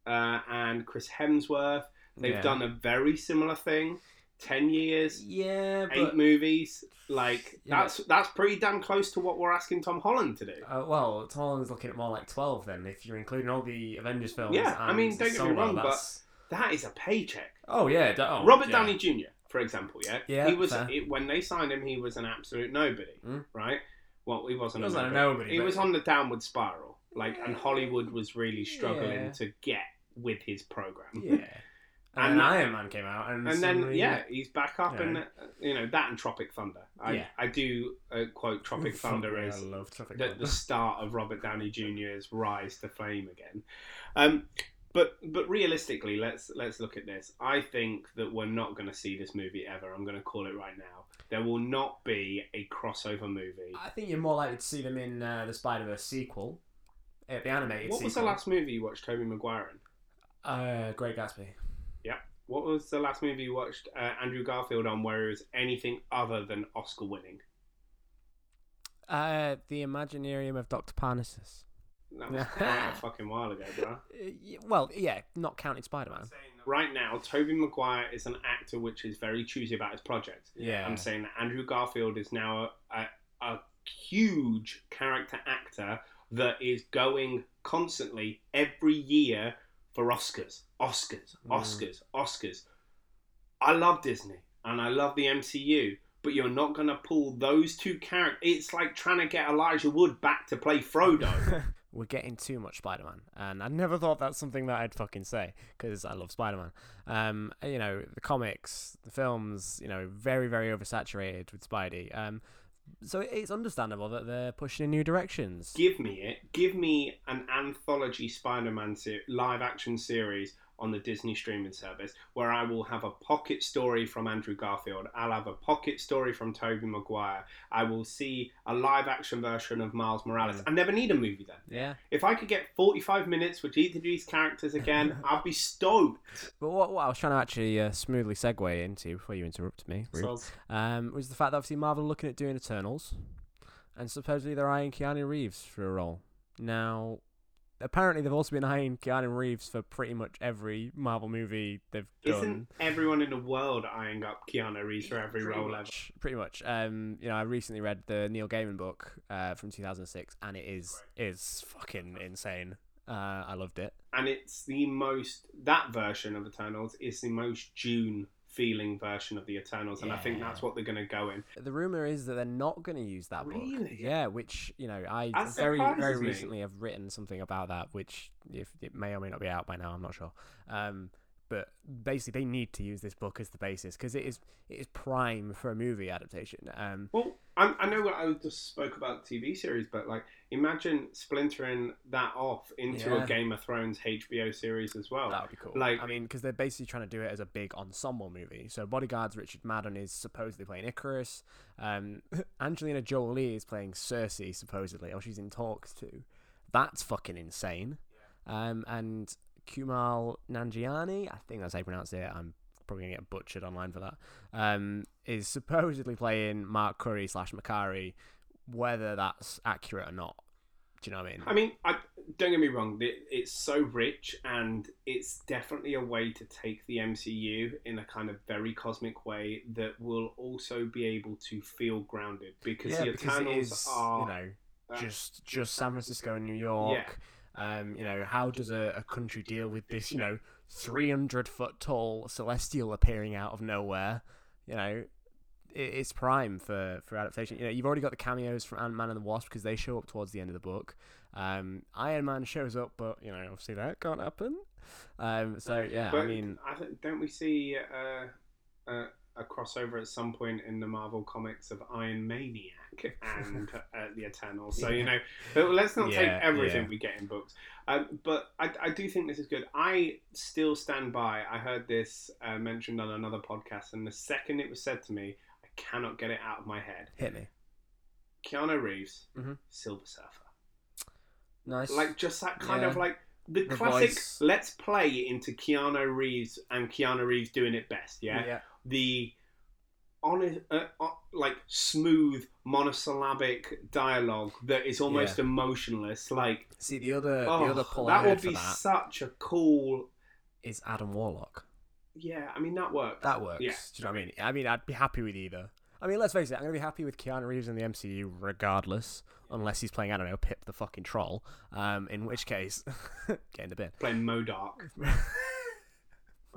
uh, and Chris Hemsworth, they've
Yeah.
done a very similar thing. Ten years,
yeah,
eight
but
movies. Like
Yeah.
that's that's pretty damn close to what we're asking Tom Holland to do.
uh, well, Tom Holland's looking at more like twelve then if you're including all the Avengers films.
Yeah, I
and
mean, don't get me
Solo,
wrong, but-
that's-
That is a paycheck.
oh yeah, d- oh,
Robert
yeah.
Downey Jr., for example, yeah,
Yeah,
he was
fair.
it, when they signed him, he was an absolute nobody,
Mm.
right? Well, he
He
wasn't.
wasn't
a
a
nobody.
nobody.
He
but-
was on the downward spiral, like, and
Yeah.
Hollywood was really struggling
Yeah.
to get with his program.
Yeah. And,
And-
then Iron Man came out, and,
and then
suddenly-
yeah, he's back up,
Yeah.
and uh, you know that and Tropic Thunder. I
Yeah.
I do uh, quote Tropic
Fuck
Thunder
me,
as
I love Tropic
the,
Thunder.
the start of Robert Downey Jr.'s rise to fame again. Um, but but realistically, let's let's look at this. I think that we're not going to see this movie ever. I'm going to call it right now. There will not be a crossover movie.
I think you're more likely to see them in uh, the Spider Verse sequel, uh, the animated.
What was the
sequel.
last movie you watched Toby Maguire in?
Uh, Great Gatsby.
What was the last movie you watched uh, Andrew Garfield on where it was anything other than Oscar winning?
Uh, the Imaginarium of Doctor Parnassus. Uh,
That was quite a fucking while ago, bro.
well, yeah, not counting Spider Man.
Right now, Toby Maguire is an actor which is very choosy about his projects.
Yeah.
I'm saying that Andrew Garfield is now a, a, a huge character actor that is going constantly every year for Oscars, Oscars,
Mm.
Oscars, Oscars. I love Disney and I love the MCU, but you're not going to pull those two characters. It's like trying to get Elijah Wood back to play Frodo.
We're getting too much Spider Man, and I never thought that's something that I'd fucking say because I love Spider Man. Um, you know, the comics, the films, you know, very, very oversaturated with Spidey. Um, so it's understandable that they're pushing in new directions.
give me it. Give me an anthology Spider-Man se- live-action series on the Disney streaming service where I will have a pocket story from Andrew Garfield. I'll have a pocket story from Tobey Maguire. I will see a live-action version of Miles Morales.
Mm.
I never need a movie then.
Yeah.
If I could get 45 minutes with either of these characters again, I'd be stoked.
But what, what I was trying to actually uh, smoothly segue into before you interrupt me rude, um, was the fact that obviously Marvel are looking at doing Eternals, and supposedly they're eyeing Keanu Reeves for a role. Now, apparently they've also been eyeing Keanu Reeves for pretty much every Marvel movie they've done.
Isn't everyone in the world eyeing up Keanu Reeves for every
pretty
role ever?
much, pretty much. Um, you know, I recently read the Neil Gaiman book uh, from 2006, and it is is fucking insane. Uh, I loved it.
and it's the most that version of Eternals is the most June feeling version of the Eternals, and I think
Yeah.
that's what they're going to go in.
The rumor is that they're not going to use that book.
Really?
Yeah, which you know, I
That
very very
surprises me.
recently have written something about that, which if it may or may not be out by now, I'm not sure. Um, but basically they need to use this book as the basis because it is it is prime for a movie adaptation. Um,
Well, I, I know what I just spoke about TV series, but like, imagine splintering that off into
Yeah.
a Game of Thrones HBO series as well.
That would be cool.
Oh, Like-
I mean, because they're basically trying to do it as a big ensemble movie. So Bodyguards, Richard Madden is supposedly playing Icarus. Um, Angelina Jolie is playing Cersei, supposedly, or she's in talks too. That's fucking insane. Um, and Kumal Nanjiani, I think that's how you pronounce it. I'm probably gonna get butchered online for that. Um, is supposedly playing Mark Curry slash Macari. Whether that's accurate or not, do you know what I mean?
I mean, I, don't get me wrong. the- It's so rich, and it's definitely a way to take the MCU in a kind of very cosmic way that will also be able to feel grounded because the
because it
Eternals
is,
are
you know just just San Francisco and New York. Um, you know, how does a, a country deal with this? You know, three hundred foot tall celestial appearing out of nowhere. You know, it, it's prime for for adaptation. You know, you've already got the cameos from Ant Man and the Wasp because they show up towards the end of the book. Um, Iron Man shows up, but you know, obviously that can't happen. Um, so yeah,
But
I mean,
I th- don't we see uh, uh, a crossover at some point in the Marvel comics of Iron Maniac and uh, the Eternals? So you know, but let's not
Yeah,
take everything
yeah.
we get in books. Um, but I, I do think this is good. I still stand by. I heard this uh, mentioned on another podcast, and the second it was said to me, I cannot get it out of my head.
hit me.
Keanu Reeves,
Mhm.
Silver Surfer
Nice.
like just that kind
Yeah.
of like the,
The
classic
voice.
let's play into Keanu Reeves and Keanu Reeves doing it best yeah, the honest uh, uh, like smooth monosyllabic dialogue that is almost emotionless like
See the other
oh,
the other pull I
that
heard
would
for
be
that
such a cool
is Adam Warlock.
yeah I mean that works
That works.
Yeah.
Do you know what I mean? I mean, I'd be happy with either. I mean, let's face it, I'm going to be happy with Keanu Reeves in the MCU regardless, unless he's playing, I don't know, Pip the fucking troll, um, in which case, get in the bin.
playing Modoc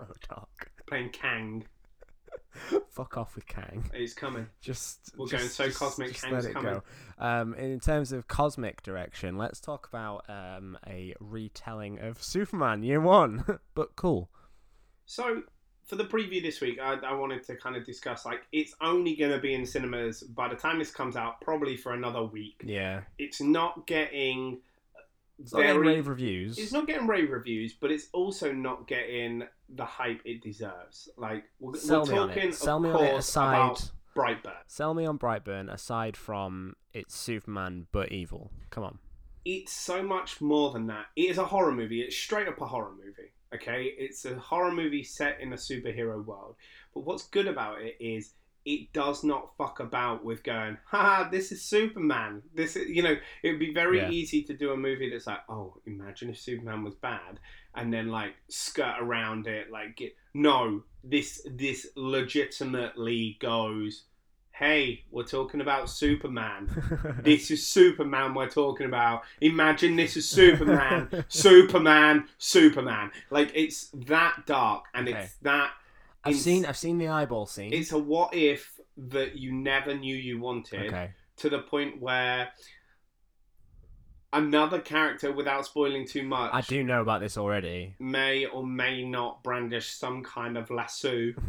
oh, dark.
playing Kang
Fuck off with Kang.
it's coming
Just
We're
just,
going so
just-
cosmic,
just
Kang's
let it
coming.
go. Um, in terms of cosmic direction, let's talk about um, a retelling of Superman Year One, but cool.
So for the preview this week, I, I wanted to kind of discuss like it's only going to be in cinemas by the time this comes out, probably for another week.
Yeah,
It's not getting
it's not getting
very.
rave reviews.
It's not getting rave reviews, but it's also not getting the hype it deserves. Like we're,
Sell
we're
me on
talking,
it. Sell
of
me on
course,
it aside.
about Brightburn.
Sell me on Brightburn aside from it's Superman but evil. Come on.
it's so much more than that. It is a horror movie. It's straight up a horror movie. Okay, it's a horror movie set in a superhero world. But what's good about it is it does not fuck about with going, ha, this is Superman. This is, you know, it would be very
Yeah.
easy to do a movie that's like, oh, imagine if Superman was bad, and then like skirt around it, like get no, this this legitimately goes, hey, we're talking about Superman this is Superman we're talking about. Imagine this is Superman, Superman, Superman. Like it's that dark and
Okay.
it's that
I've
it's-
seen I've seen the eyeball scene.
it's a what if that you never knew you wanted
okay.
to the point where another character without spoiling too much
I do know about this already.
may or may not brandish some kind of lasso.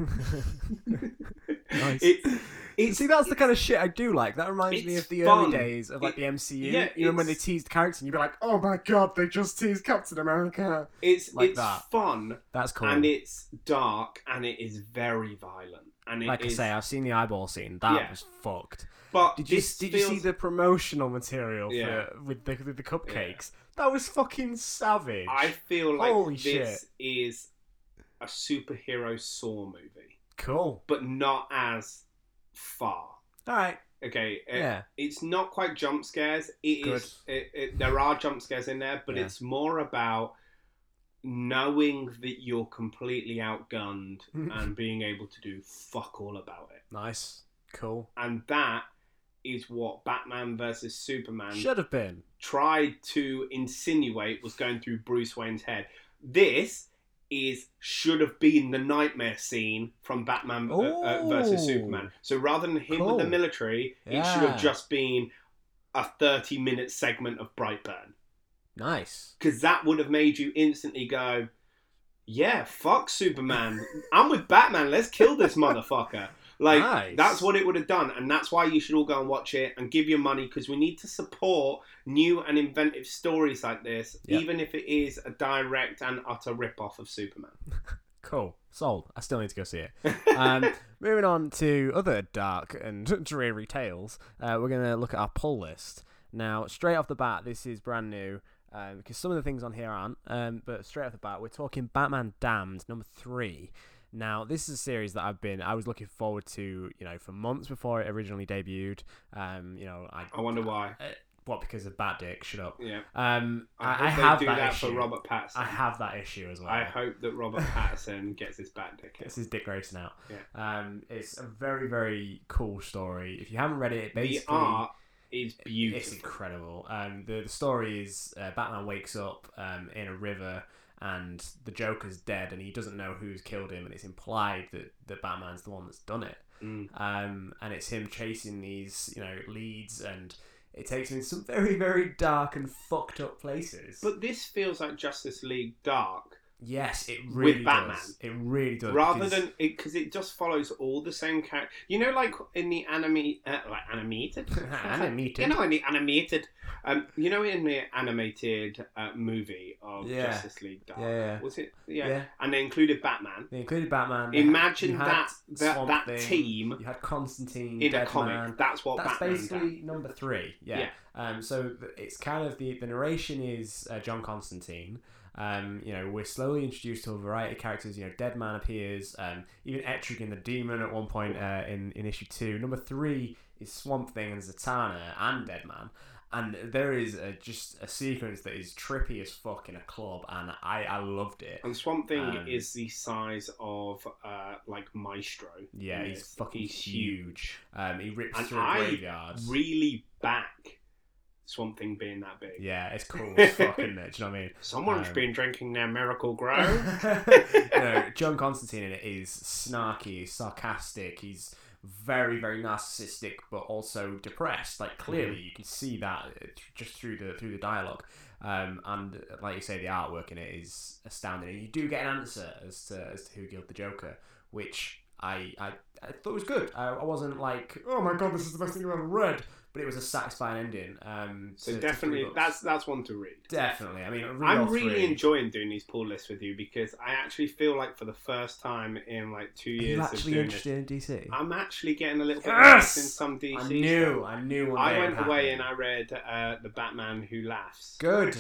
Nice.
It- it's
See, that's the kind of shit I do like. That reminds me
it's
of the
fun.
early days of like
It-
the MCU.
yeah,
you know when they
it's-
teased characters, and you'd be like, "Oh my god, they just teased Captain America."
it's
like
it's
that.
fun
That's cool.
and it's dark and it is very violent and it
like I
is-
say, I've seen the eyeball scene. That
Yeah.
was fucked.
But
Did you
this
did
feels,
you see the promotional material
Yeah.
for, with the with the cupcakes? That was fucking savage.
I feel like
Holy
this
shit.
is a superhero Saw movie,
Cool.
but not as far.
All right.
Okay, it-
Yeah.
it's not quite jump scares. It
Good.
is. It, it, there are jump scares in there, but
Yeah.
it's more about knowing that you're completely outgunned and being able to do fuck all about it.
Nice. Cool.
And that is what Batman versus Superman
Should have been.
tried to insinuate was going through Bruce Wayne's head. This is should have been the nightmare scene from Batman uh, uh, versus
Ooh.
Superman. So rather than him with
Cool.
the military, it should
Yeah.
have just been a 30 minute segment of Brightburn
Nice.
because that would have made you instantly go, yeah, fuck Superman. I'm with Batman. Let's kill this motherfucker. Like
Nice.
that's what it would have done, and that's why you should all go and watch it and give your money because we need to support new and inventive stories like this,
Yeah.
even if it is a direct and utter rip-off of Superman.
Cool. Sold. I still need to go see it. Um, moving on to other dark and dreary tales, uh, we're going to look at our pull list. Now, straight off the bat, this is brand new um, because some of the things on here aren't. Um, but straight off the bat, we're talking Batman Damned, number three. Now, this is a series that I've been, I was looking forward to, you know, for months before it originally debuted. Um, you know, I,
I wonder why.
uh, what, because of Bat Dick? Shut up.
Yeah,
Um, I,
hope
I have
they do
that,
that,
issue.
for Robert Pattinson.
I have that issue as well.
I hope that Robert Pattinson gets his bat dick.
This is Dick Grayson out.
Yeah.
Um, it's a very, very cool story. If you haven't read it, it
The
basically
art is
it's
beautiful.
incredible. Um, the, the story is uh, Batman wakes up um, in a river and the Joker's dead and he doesn't know who's killed him and it's implied that, that Batman's the one that's done it.
Mm.
Um, and it's him chasing these, you know, leads and it takes him in some very, very dark and fucked up places.
But this feels like Justice League Dark,
yes, it
With
really
Batman.
does. It really does.
rather
because-
than it because it just follows all the same character. You know, like in the anime, uh, like animated,
Animated.
You know, in the animated, um, you know, in the animated uh, movie of
Yeah.
Justice League Dark,
Yeah, yeah.
was it? Yeah.
yeah.
and they included Batman.
They included Batman. they had-
Imagine
you had
that that,
Swamp
that
Thing,
team
You had Constantine
in a
Deadman.
comic. That's what
That's
Batman
basically number three. Yeah.
Yeah.
Um. So th- it's kind of the the narration is uh, John Constantine. Um, you know, we're slowly introduced to a variety of characters. You know, Deadman appears, um, even Etrigan the Demon at one point uh, in, in issue two. Number three is Swamp Thing and Zatanna and Deadman. And there is a, just a sequence that is trippy as fuck in a club, and I, I loved it.
And Swamp Thing
Um,
is the size of uh, like Maestro.
Yeah,
in
he's
this.
fucking huge. Um, he rips
And
through
I
graveyards.
Really back Swamp Thing being that big.
yeah, it's cool as fuck, isn't it? Do you know what I mean?
Someone's
Um,
been drinking their Miracle Grow.
you know, John Constantine in it is snarky, sarcastic. He's very, very narcissistic, but also depressed.
Mm-hmm.
Like clearly, you can see that uh, th- just through the through the dialogue. Um, and uh, like you say, the artwork in it is astounding. And you do get an answer as to as to who killed the Joker, which I I, I thought was good. I, I wasn't like, oh my god, this is the best thing I've ever read. But it was a satisfying ending. Um,
so
to- to three
definitely,
books.
that's that's one to read.
definitely. I mean, read all
I'm really
three.
enjoying doing these pull lists with you because I actually feel like for the first time in like two
Are you
years of
actually
doing this,
interested in DC?
I'm actually getting a little bit
Yes!
lost in some DC.
I
stuff.
knew, I knew. One day
I
it
went
would
away and
happen.
I read uh, the Batman Who Laughs.
good.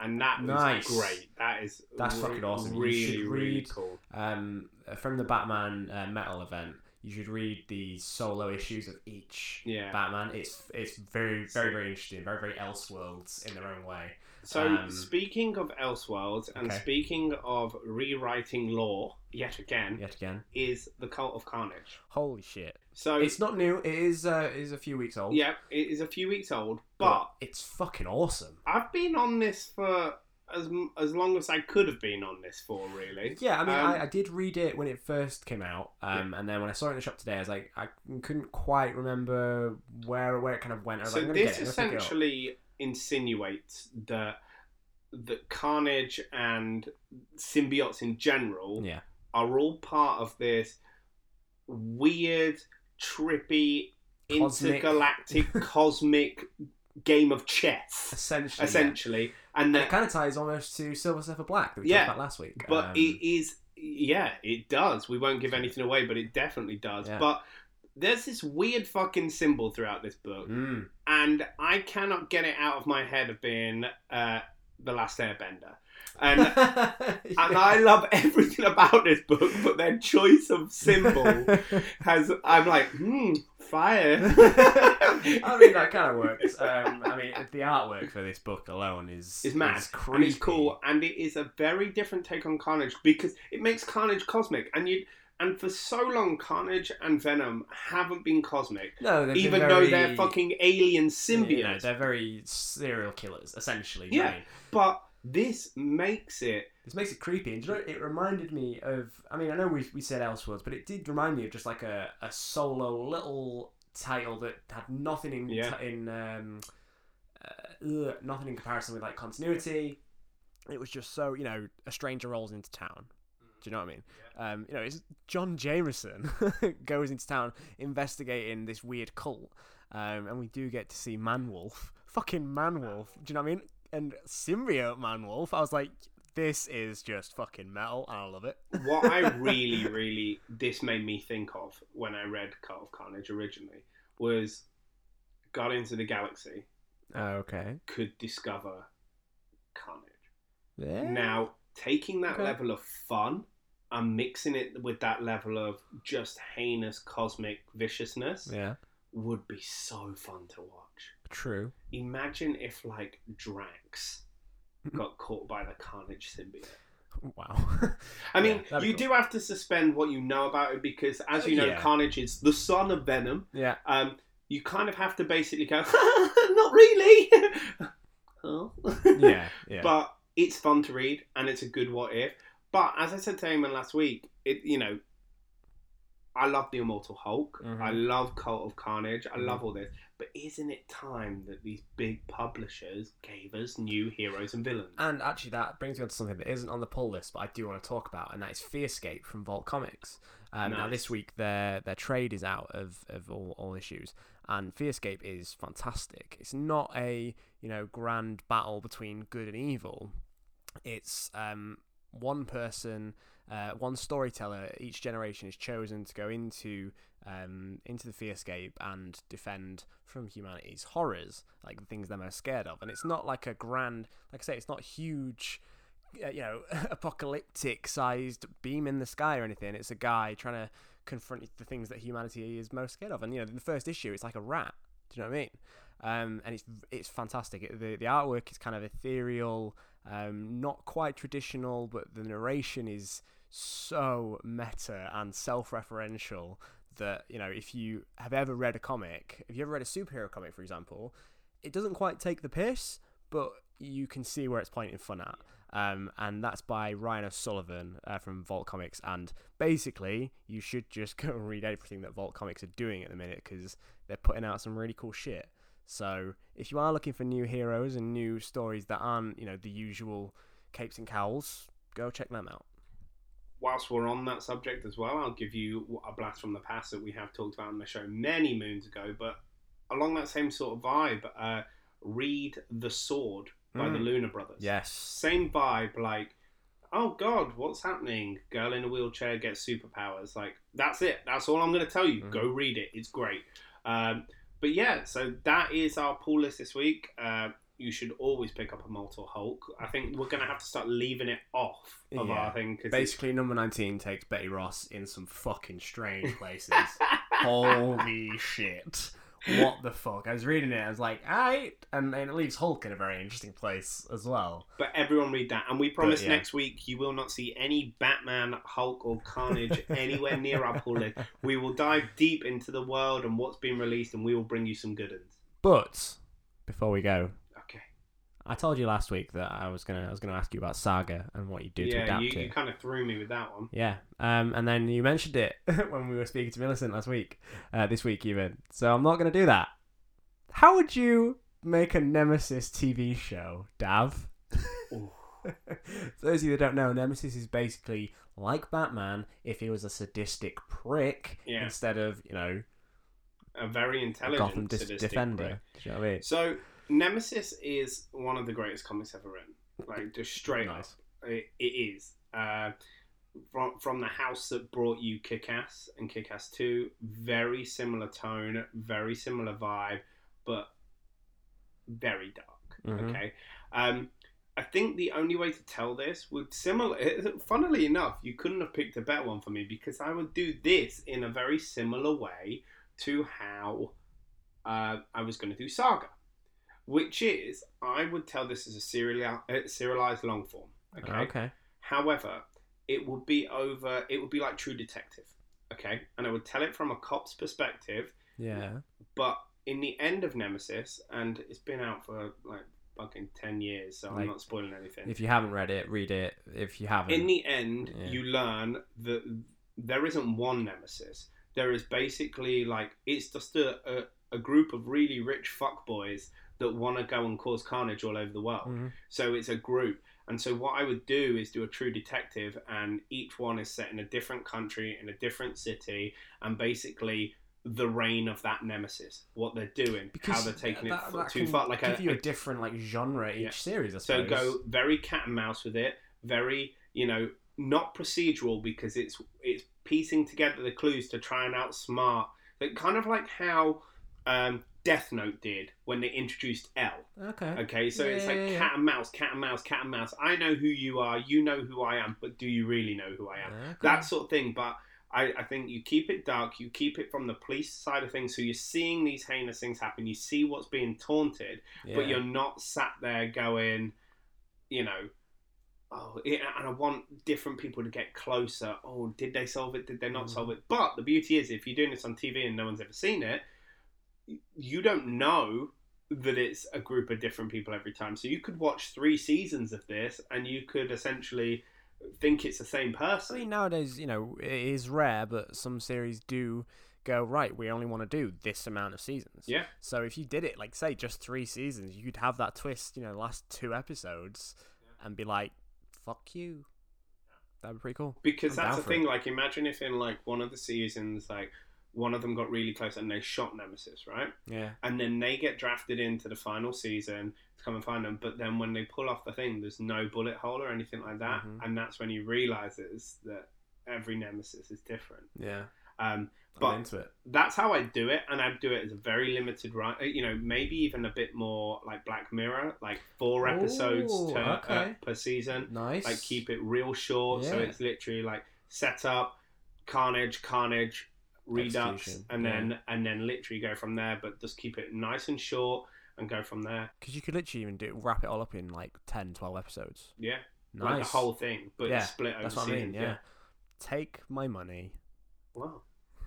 and that was
Nice.
great. That is
That's
re-
fucking awesome. You
Really,
should
really
read-
cool.
Um, from the Batman uh, metal event, you should read the solo issues of each
Yeah.
Batman. It's it's very very very interesting, very very Elseworlds in their own way.
So
Um,
speaking of Elseworlds and
Okay.
speaking of rewriting law, yet again
Yet again,
is the Cult of Carnage.
holy shit!
So
It's not new. It is uh, it is a few weeks old.
Oh, yeah, it is a few weeks old, but
it's fucking awesome.
I've been on this for as as long as I could have been on this for really.
Yeah, I mean,
Um,
I, I did read it when it first came out, um, and then when I saw it in the shop today, I was like, I couldn't quite remember where where it kind of went. I was
So
like, I'm gonna
this
get it, I'm gonna pick it up.
essentially insinuates that that Carnage and symbiotes in general
Yeah.
are all part of this weird, trippy,
Cosmic.
intergalactic, cosmic game of chess,
essentially, yeah.
essentially. And
And it
that,
kind of ties almost to Silver Surfer Black that we
Yeah,
talked about last week.
but
Um,
it is, yeah, it does. We won't give anything away, but it definitely does.
Yeah.
But there's this weird fucking symbol throughout this book,
mm,
and I cannot get it out of my head of being uh, the last Airbender. And and I love everything about this book, but their choice of symbol has I'm like, hmm, fire.
I mean, that kind of works. Um, I mean, the artwork for this book alone is
It's mad,
Is
and it's
creepy.
cool, and it is a very different take on Carnage because it makes Carnage cosmic, and you and for so long Carnage and Venom haven't been cosmic,
No, they've been
even though
very-
they're fucking alien symbiotes.
You know, they're very serial killers, essentially. don't
Yeah.
they?
But this makes it
This makes it creepy, and do you know, it reminded me of. I mean, I know we, we said Elseworlds, but it did remind me of just like a, a solo little title that had nothing in
Yeah.
in um, uh, ugh, nothing in comparison with like continuity. It was just so you know, a stranger rolls into town. Do you know what I mean? Um, you know, it's John Jameson goes into town investigating this weird cult, um, and we do get to see Manwolf, fucking Manwolf. Do you know what I mean? And symbiote Manwolf. I was like, this is just fucking metal, and I love it.
what I really, really this made me think of when I read Cult of Carnage originally was Guardians of the Galaxy
Ah, okay.
could discover Carnage.
Yeah.
Now taking that
Eh, Okay.
level of fun and mixing it with that level of just heinous cosmic viciousness
Yeah.
would be so fun to watch.
True.
Imagine if like Drax got caught by the Carnage symbiote.
Wow.
I
Yeah,
mean,
that'd be
you
cool.
do have to suspend what you know about it because, as you know,
Yeah.
Carnage is the son of Venom.
yeah.
Um, you kind of have to basically go, not really. Huh?
Yeah. Yeah.
But it's fun to read and it's a good what if. But as I said to Eamon last week, it you know, I love the Immortal Hulk.
Mhm.
I love Cult of Carnage. I
Mhm.
love all this. But isn't it time that these big publishers gave us new heroes and villains?
And actually, that brings me on to something that isn't on the pull list, but I do want to talk about, and that is Fearscape from Vault Comics. Um, Now,
Nice.
this week, their their trade is out of, of all, all issues, and Fearscape is fantastic. It's not a you know grand battle between good and evil. It's um, one person, uh, one storyteller. Each generation is chosen to go into um, into the fearscape and defend from humanity's horrors, like the things they're most scared of. And it's not like a grand, like I say, it's not huge, uh, you know, apocalyptic sized beam in the sky or anything. It's a guy trying to confront the things that humanity is most scared of. And you know, in the first issue, it's like a rat. Do you know what I mean? Um, and it's it's fantastic. It, the the artwork is kind of ethereal, um, not quite traditional, but the narration is so meta and self-referential that you know if you have ever read a comic, if you ever read a superhero comic, for example, it doesn't quite take the piss, but you can see where it's pointing fun at. Um, and that's by Ryan O'Sullivan uh, from Vault Comics. And basically, you should just go and read everything that Vault Comics are doing at the minute because they're putting out some really cool shit. So if you are looking for new heroes and new stories that aren't, you know, the usual capes and cowls, go check them out.
whilst we're on that subject as well, I'll give you a blast from the past that we have talked about on the show many moons ago. But along that same sort of vibe, uh, read The Sword by the
Mm.
Lunar Brothers.
Yes.
Same vibe, like, oh God, what's happening? Girl in a wheelchair gets superpowers. Like, that's it. That's all I'm going to tell you.
Mhm.
Go read it. It's great. Um, but yeah, so that is our pool list this week. Uh, you should always pick up a Mortal Hulk. I think we're going to have to start leaving it off of
Yeah.
our thing because
Basically, number 19 takes Betty Ross in some fucking strange places. Holy shit. What the fuck? I was reading it, I was like, alright. And, and it leaves Hulk in a very interesting place as well.
But everyone read that, and we promise
yeah.
next week you will not see any Batman, Hulk, or Carnage anywhere near our pool list. We will dive deep into the world and what's been released, and we will bring you some good ones.
But before we go,
Okay.
I told you last week that I was gonna I was gonna ask you about Saga and what you do to
yeah,
adapt
you,
it.
you kind of threw me with that one.
Yeah, um, and then you mentioned it when we were speaking to Millicent last week, uh, this week even. So I'm not going to do that. How would you make a Nemesis TV show, Dav?
Ooh.
For those of you that don't know, Nemesis is basically like Batman if he was a sadistic prick
Yeah.
instead of you know
A very
a
intelligent
Gotham dis-
sadistic prick.
defender. Do you know what I mean?
So Nemesis is one of the greatest comics ever written. Like just straight up,
nice.
it, it is. Uh, from from the house that brought you Kick-Ass and Kick-Ass Two, very similar tone, very similar vibe, but very dark.
Mhm.
Okay, um, I think the only way to tell this would similar. Funnily enough, you couldn't have picked a better one for me because I would do this in a very similar way to how uh, I was going to do Saga, which is I would tell this as a serial uh, serialized long form. Okay.
Okay.
However, it would be over. It would be like True Detective. Okay, and I would tell it from a cop's perspective,
Yeah.
but in the end of Nemesis, and it's been out for like fucking ten years, so I'm
Like,
not spoiling anything.
If you haven't read it, read it. If you haven't,
In the end,
Yeah.
you learn that there isn't one nemesis. There is basically like it's just a, a, a group of really rich fuckboys that want to go and cause carnage all over the world.
Mhm.
So it's a group, And so what I would do is do a true detective, and each one is set in a different country, in a different city, and basically the reign of that nemesis, what they're doing, how they're taking
that-
it
that
too
can
far, like
give
a,
you
a
a different like genre each
Yeah.
series. I
so
suppose.
go very cat and mouse with it, very you know not procedural because it's it's piecing together the clues to try and outsmart. But kind of like how um, Death Note did when they introduced L.
Okay.
Okay, so it's like
Yeah, yeah, yeah.
cat and mouse, cat and mouse, cat and mouse. I know who you are, you know who I am, but do you really know who I am?
Okay.
that sort of thing. But I, I think you keep it dark, you keep it from the police side of things, so you're seeing these heinous things happen, you see what's being taunted,
yeah.
but you're not sat there going, you know, oh, yeah, and I want different people to get closer. Oh, did they solve it? Did they not
Mm.
solve it? But the beauty is, if you're doing this on TV and no one's ever seen it, you don't know that it's a group of different people every time. So you could watch three seasons of this and you could essentially think it's the same
I
person.
mean, nowadays, you know, it is rare, but some series do go right. We only want to do this amount of seasons.
Yeah.
So if you did it, like say, just three seasons, you'd have that twist, you know, last two episodes, and be like, "Fuck you." That'd be pretty cool.
because
I'm
that's
down
the
for it.
thing. Like, imagine if in like one of the seasons, like one of them got really close and they shot Nemesis, right?
Yeah.
And then they get drafted into the final season to come and find them. But then when they pull off the thing, there's no bullet hole or anything like that,
Mhm.
and that's when you realise is that every Nemesis is different.
Yeah.
Um, but
I'm into it.
that's how I do it, and I do it as a very limited run. You know, maybe even a bit more like Black Mirror, like four episodes
Ooh,
to, uh,
okay.
per season
Nice.
like keep it real short. So
Yeah.
it's literally like set up, carnage, carnage, redux,
Execution,
and
yeah.
then and then literally go from there. But just keep it nice and short and go from there.
Because you could literally even do wrap it all up in like 10, 12 episodes.
Yeah,
Nice.
like the whole thing, but
Yeah,
split over
That's what I mean.
seasons.
Yeah. Take my money.
Wow.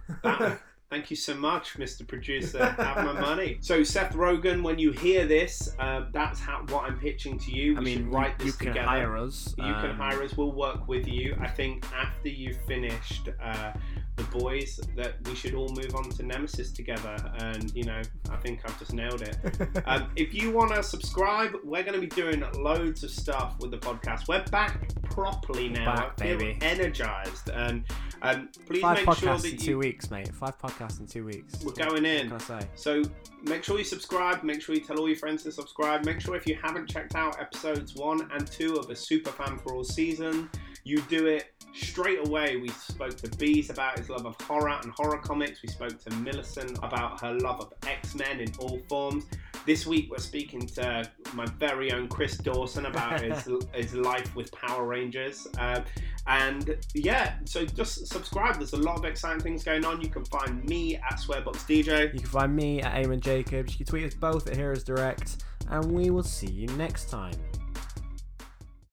That- Thank you so much, Mr. Producer. Have my money. So, Seth Rogen, when you hear this, uh, that's how, what I'm pitching to you.
I
We should
mean,
write
you,
this
you can
together.
hire us.
You can
um,
hire us. We'll work with you. I think after you've finished uh, the boys, that we should all move on to Nemesis together. And you know, I think I've just nailed it. Um, if you want to subscribe, we're going to be doing loads of stuff with the podcast. We're back properly now.
Back,
I feel
baby.
energized. And um, please
Five
make
podcasts
sure
in
that
two
you
weeks, mate. Five podcasts in two weeks.
we're going
What
in.
can I say?
So make sure you subscribe. Make sure you tell all your friends to subscribe. Make sure if you haven't checked out episodes one and two of a super fan for all season, you do it straight away. We spoke to Bees about his love of horror and horror comics. We spoke to Millicent about her love of X Men in all forms. This week we're speaking to my very own Chris Dawson about his his life with Power Rangers. Um, and yeah, so just subscribe. There's a lot of exciting things going on. You can find me at Swearbox DJ.
You can find me at Eamon Jacobs. You can tweet us both at Heroes Direct, and we will see you next time.